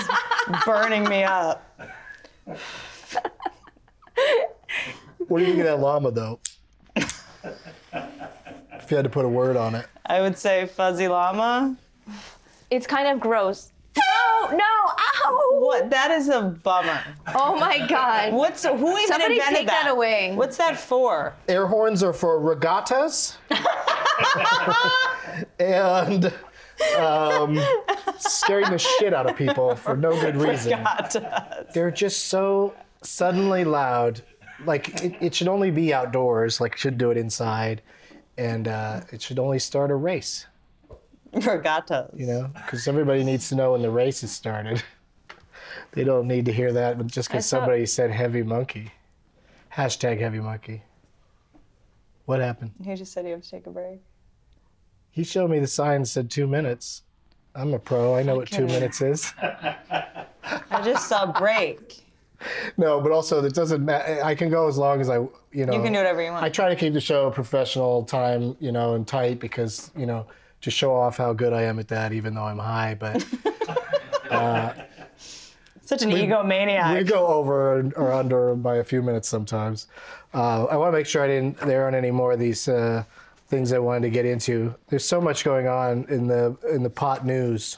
burning me up. What do you think of that llama, though? if you had to put a word on it, I would say fuzzy llama. It's kind of gross. No, no, ow! What? That is a bummer. Oh my god. What's who even Somebody invented take that away. What's that for? air horns are for regattas, and um, scaring the shit out of people for no good reason. They're just so suddenly loud. Like it, it should only be outdoors. Like should do it inside, and uh, it should only start a race. Regattas. You know, because everybody needs to know when the race has started. They don't need to hear that, but just because I thought- somebody said heavy monkey, hashtag heavy monkey. What happened? He just said you have to take a break. He showed me the sign that said two minutes. I'm a pro. I know what two Okay. minutes is. I just saw break. No, but also it doesn't matter. I can go as long as I, you know. You can do whatever you want. I try to keep the show professional time, you know, and tight because, you know, to show off how good I am at that, even though I'm high. But Such an we egomaniac. go over and- or under by a few minutes sometimes. Uh, I want to make sure I didn't, there aren't any more of these uh, things I wanted to get into. There's so much going on in the, in the pot news,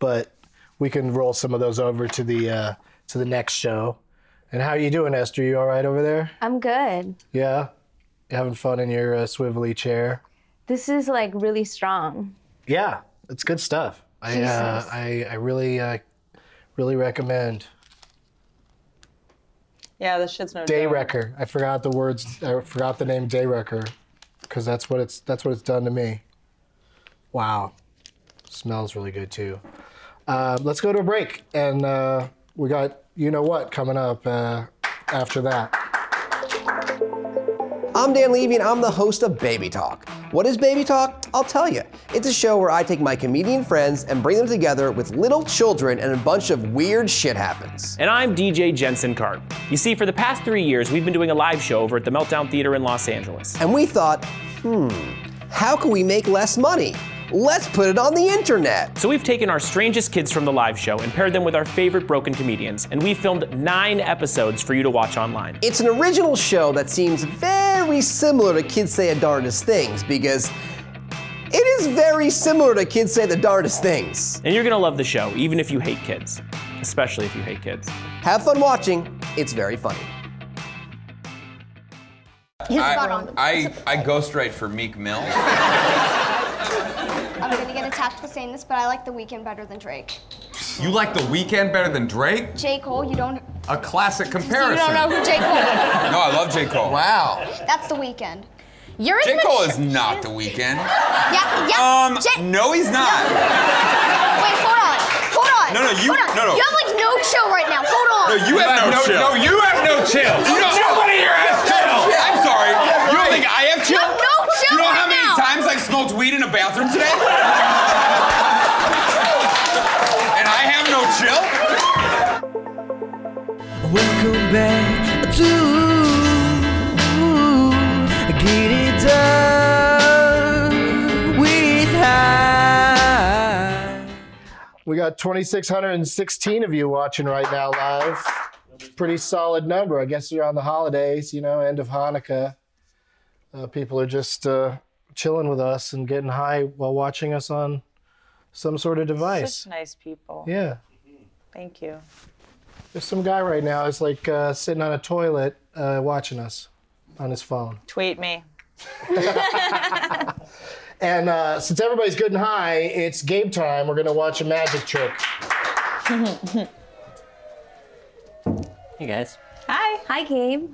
but we can roll some of those over to the, uh, to the next show. And how you doing, Esther? You all right over there? I'm good. Yeah, You having fun in your uh, swivelly chair. This is like really strong. Yeah, it's good stuff. I uh, Jesus. I, I really uh, really recommend. Yeah, this shit's no joke. Daywrecker. I forgot the words. I forgot the name Daywrecker, because that's what it's that's what it's done to me. Wow, smells really good too. Uh, let's go to a break, and uh, we got you know what coming up uh, after that. I'm Dan Levy, and I'm the host of Baby Talk. What is Baby Talk? I'll tell you. It's a show where I take my comedian friends and bring them together with little children, and a bunch of weird shit happens. And I'm DJ Jensen Card. You see, for the past three years, we've been doing a live show over at the Meltdown Theater in Los Angeles. And we thought, hmm, how can we make less money? Let's put it on the internet. So we've taken our strangest kids from the live show and paired them with our favorite broken comedians, and we filmed nine episodes for you to watch online. It's an original show that seems very similar to Kids Say the Darndest Things because it is very similar to Kids Say the Darndest Things. And you're gonna love the show, even if you hate kids, especially if you hate kids. Have fun watching, it's very funny. I, I, I ghost write for Meek Mill. I'm gonna get attacked for saying this, but I like The Weeknd better than Drake. You like The Weeknd better than Drake? J. Cole, you don't. A classic So comparison. you don't know who J. Cole is. No, I love J. Cole. Wow. That's The Weeknd. You're as J. Cole mature- is not The Weeknd. Yeah, yeah. Um, J- no, he's not. Wait, hold on. Hold on. No, no, you- Hold on. no, no. You have like no chill right now. Hold on. No, you have no chill. No, you have no chill. You don't nobody here has chill. I'm sorry. You don't think I have chill? You have no chill You know right how many now. times I smoked weed in a bathroom today? and I have no chill? Welcome back to Get It Done with High. We got 2,616 of you watching right now live. It's a pretty solid number. I guess you're on the holidays, you know, end of Hanukkah. Uh, people are just uh, chilling with us and getting high while watching us on some sort of device. Such nice people. Yeah. Thank you. There's some guy right now is like uh, sitting on a toilet uh, watching us on his phone. Tweet me. And uh, since everybody's good and high, it's game time. We're going to watch a magic trick. Hey guys. Hi. Hi, Gabe.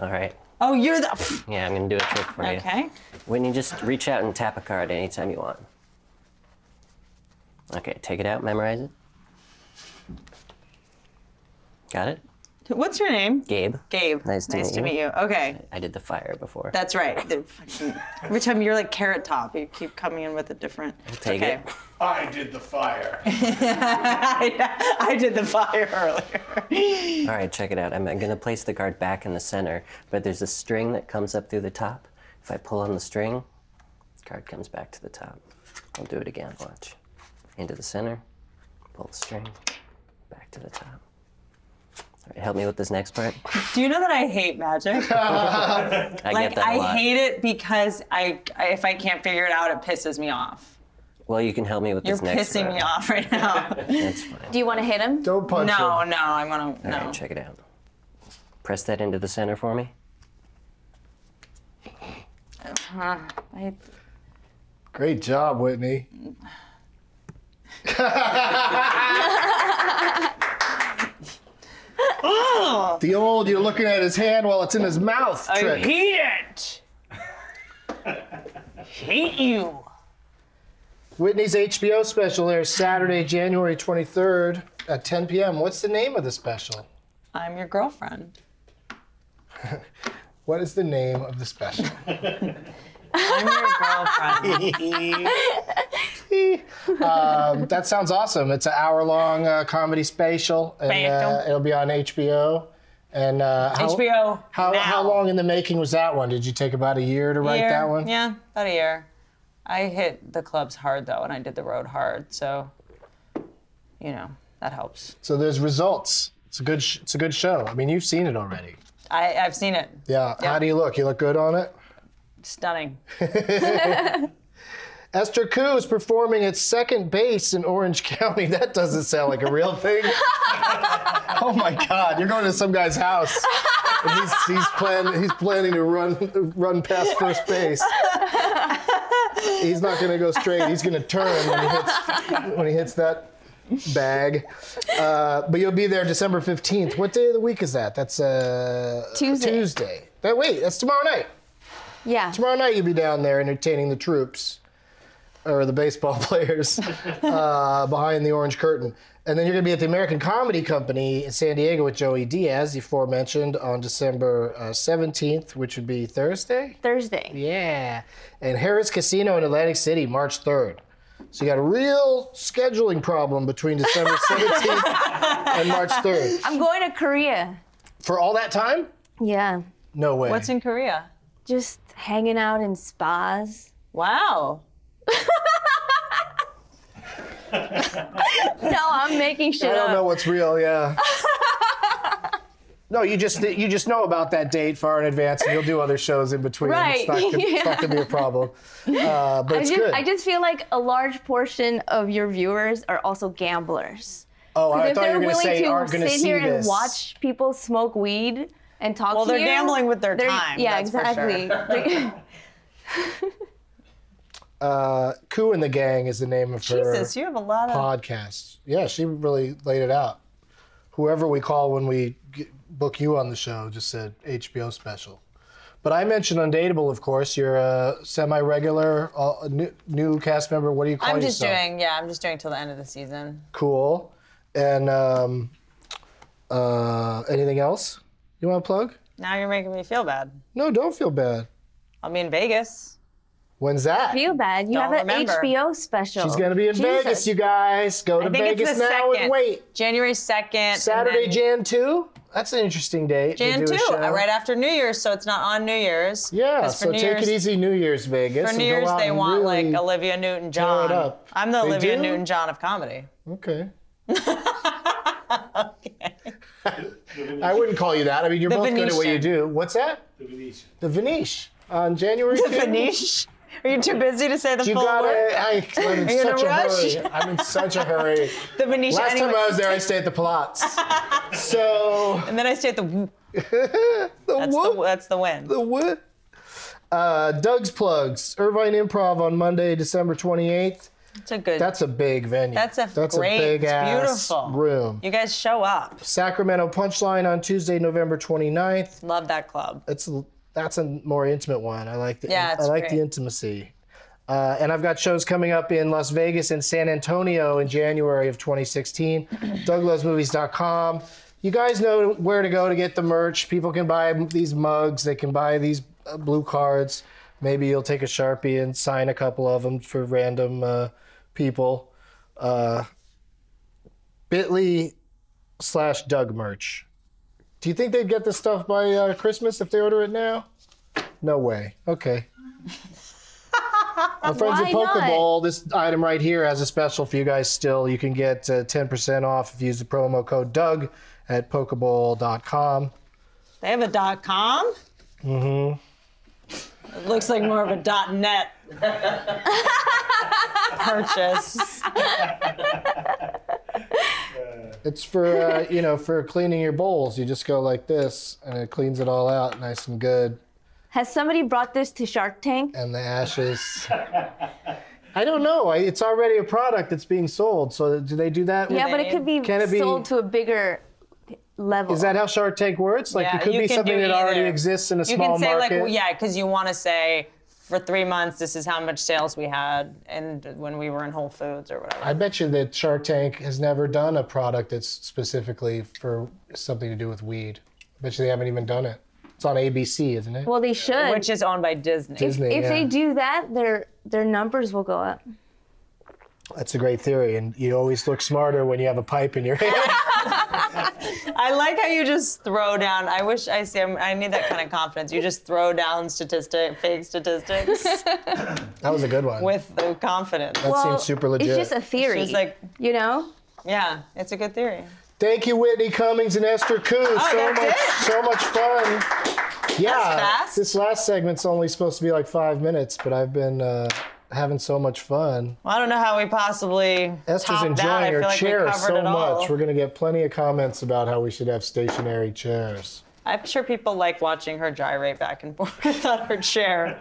All right. Oh, you're the. Yeah, I'm gonna do a trick for you. Okay. Whitney, just reach out and tap a card anytime you want. Okay, take it out, memorize it. Got it? What's your name? Gabe. Gabe. Nice to meet you. you. Okay. I did the fire before. That's right. They're fucking- Every time you're like carrot top, you keep coming in with a different. take okay. it. I did the fire. I, I did the fire earlier. All right, check it out. I'm going to place the card back in the center, but there's a string that comes up through the top. If I pull on the string, the card comes back to the top. I'll do it again. Watch. Into the center, pull the string, back to the top. All right, help me with this next part. Do you know that I hate magic? I like get that a I lot. hate it because I, I if I can't figure it out, it pisses me off. well, you can help me with You're this next pissing part. me off right now. That's fine. Do you want to hit him? Don't punch no, him. no, I want to All no. right, check it out. Press that into the center for me. I, Great job, Whitney. the old, you're looking at his hand while it's in his mouth I trick. hate it. hate you. Whitney's HBO special airs Saturday, January 23rd at 10 p.m. What's the name of the special? I'm your girlfriend. What is the name of the special? I'm your girlfriend. um, that sounds awesome. It's an hour long uh, comedy special, and uh, Special. it'll be on HBO. And uh, how, HBO. How, now. how long in the making was that one? Did you take about a year to write Year. that one? Yeah, about a year. I hit the clubs hard though, and I did the road hard, so you know that helps. So there's results. It's a good. Sh- it's a good show. I mean, you've seen it already. I, I've seen it. Yeah. How do you look? You look good on it. Stunning. Esther Koo is performing at second base in Orange County. That doesn't sound like a real thing. oh my God! You're going to some guy's house. And he's he's plan, he's planning to run run past first base. He's not going to go straight. He's going to turn when he hits when he hits that bag. Uh, but you'll be there December 15th. What day of the week is that? That's uh, Tuesday. Tuesday. That, wait, that's tomorrow night. Yeah. Tomorrow night you'll be down there entertaining the troops or the baseball players uh, behind the orange curtain. And then you're going to be at the American Comedy Company in San Diego with Joey Diaz, the aforementioned, on December uh, 17th, which would be Thursday. Thursday. Yeah. And Harris Casino in Atlantic City, March 3rd. So you got a real scheduling problem between December 17th and March 3rd. I'm going to Korea. For all that time? Yeah. No way. in Korea? Just hanging out in spas. Wow. no, I'm making shit I don't up. know what's real, yeah. no, you just you just know about that date far in advance, and you'll do other shows in between. It's Right, not, gonna- it's not yeah. gonna be a problem. Uh, but I it's just, good. I just feel like a large portion of your viewers are also gamblers. Oh, I Because thought you were gonna If they're willing say, to "Aren't gonna sit see here this." and watch people smoke weed and talk Well, to they're you, gambling with their they're- time, Yeah, that's for exactly. sure. They- uh, Coup and the Gang is the name of her Jesus, you have a lot of. podcast. Yeah, she really laid it out. Whoever we call when we g book you on the show just said HBO special. But I mentioned Undateable, of course. You're a semi-regular, uh, new, new cast member. What do you call I'm just yourself? doing, yeah, I'm just doing till the end of the season. Cool. And um, uh, anything else you want to plug? Now you're making me feel bad. No, don't feel bad. I'll be in Vegas. When's that? feel bad. You Don't have an remember. HBO special. She's gonna be in Jesus. Vegas, you guys. Go to I think Vegas it's the now second. and wait. January 2nd. Saturday, and then Jan two. That's an interesting date. Jan to do a 2, show. uh, right after New Year's, so it's not on New Year's. Yeah, 'Cause for so New take Year's, it easy, New Year's Vegas. For New and go Year's, out they and want really- like Olivia Newton tear it John. up. I'm the They Olivia do? Newton John of comedy. Okay. okay. I wouldn't call you that. I mean, you're The both good at what you Venetian. do. What's that? The Venetian. The Vanish on January. The 2. Vanish? Are you too busy to say the You full got word? it. I, I'm in Are you in such a a, rush? hurry. I'm in such a hurry. The Venetian. Last anyway. time I was there, I stayed at the Palats. so And then I stayed at the Whoop. the That's, the, that's the win. The what? Uh, Doug's plugs. Irvine Improv on Monday, December 28th. It's a good. That's a big venue. That's a That's great, a big it's ass beautiful. room. you guys show up. Sacramento Punchline on Tuesday, November 29th. Love that club. It's that's a more intimate one. I like the Yeah, it's I like the great. intimacy. Uh, and I've got shows coming up in Las Vegas and San Antonio in January of 2016. DouglasMovies.com. You guys know where to go to get the merch. People can buy these mugs. They can buy these uh, blue cards. Maybe you'll take a sharpie and sign a couple of them for random uh, people. Uh, Bitly slash Doug merch. Do you think they'd get this stuff by uh, Christmas if they order it now? No way. Okay. Our friends Why at not? Pokeball, this item right here has a special for you guys still. You can get uh, 10% off if you use the promo code Doug at pokeball.com. They have a dot com. Mm-hmm. It looks like more of a dot net purchase. It's for, uh, you know, for cleaning your bowls. You just go like this and it cleans it all out nice and good. Has somebody brought this to Shark Tank? And the ashes. I don't know. I, it's already a product that's being sold. So do they do that? with- yeah, but it could be Can it be- sold to a bigger level. Is that how Shark Tank works? Like Yeah, it could you be can something do that already either. exists in a you small can say like, market. well, yeah, because you want to say for three months this is how much sales we had and when we were in Whole Foods or whatever. I bet you that Shark Tank has never done a product that's specifically for something to do with weed. I bet you they haven't even done it. It's on ABC, isn't it? Well, they should. Which is owned by Disney. Disney. if yeah. they do that, their their numbers will go up. That's a great theory, and you always look smarter when you have a pipe in your hand. I like how you just throw down. I wish I see. I need that kind of confidence. You just throw down statistic, fake statistics that was a good one. with the confidence. that seems super legit. It's just a theory. It's just like, you know? yeah, it's a good theory. Thank you, Whitney Cummings and Esther Koo. so Oh, that's much, it? so much fun. Yeah, fast. this last segment's only supposed to be like five minutes, but I've been uh, having so much fun. Well, I don't know how we possibly. Esther's top that. I enjoying her feel like we chair covered so it all. much. We're gonna get plenty of comments about how we should have stationary chairs. I'm sure people like watching her gyrate back and forth on her chair.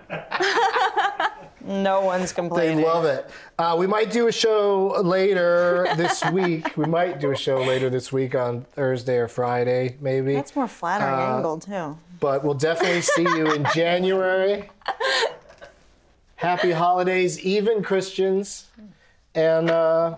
No one's complaining. They love it. Uh, we might do a show later this week. We might do a show later this week on Thursday or Friday, maybe. That's more flattering Uh, angle too. But we'll definitely see you in January. Happy holidays, even Christians. And uh,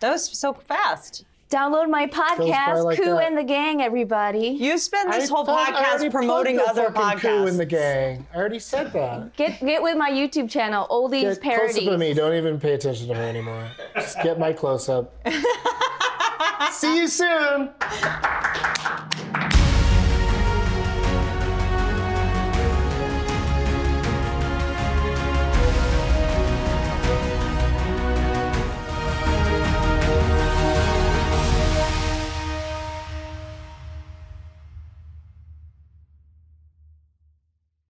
That was so fast. Download my podcast, like Coup that. and the Gang, everybody. You spend this I whole thought I already podcast promoting plugged the other fucking Coup in podcasts. the gang. I already said that. Get get with my YouTube channel, Oldies Get Parody. closer to me. Don't even pay attention to her anymore. Just get my close up. See you soon.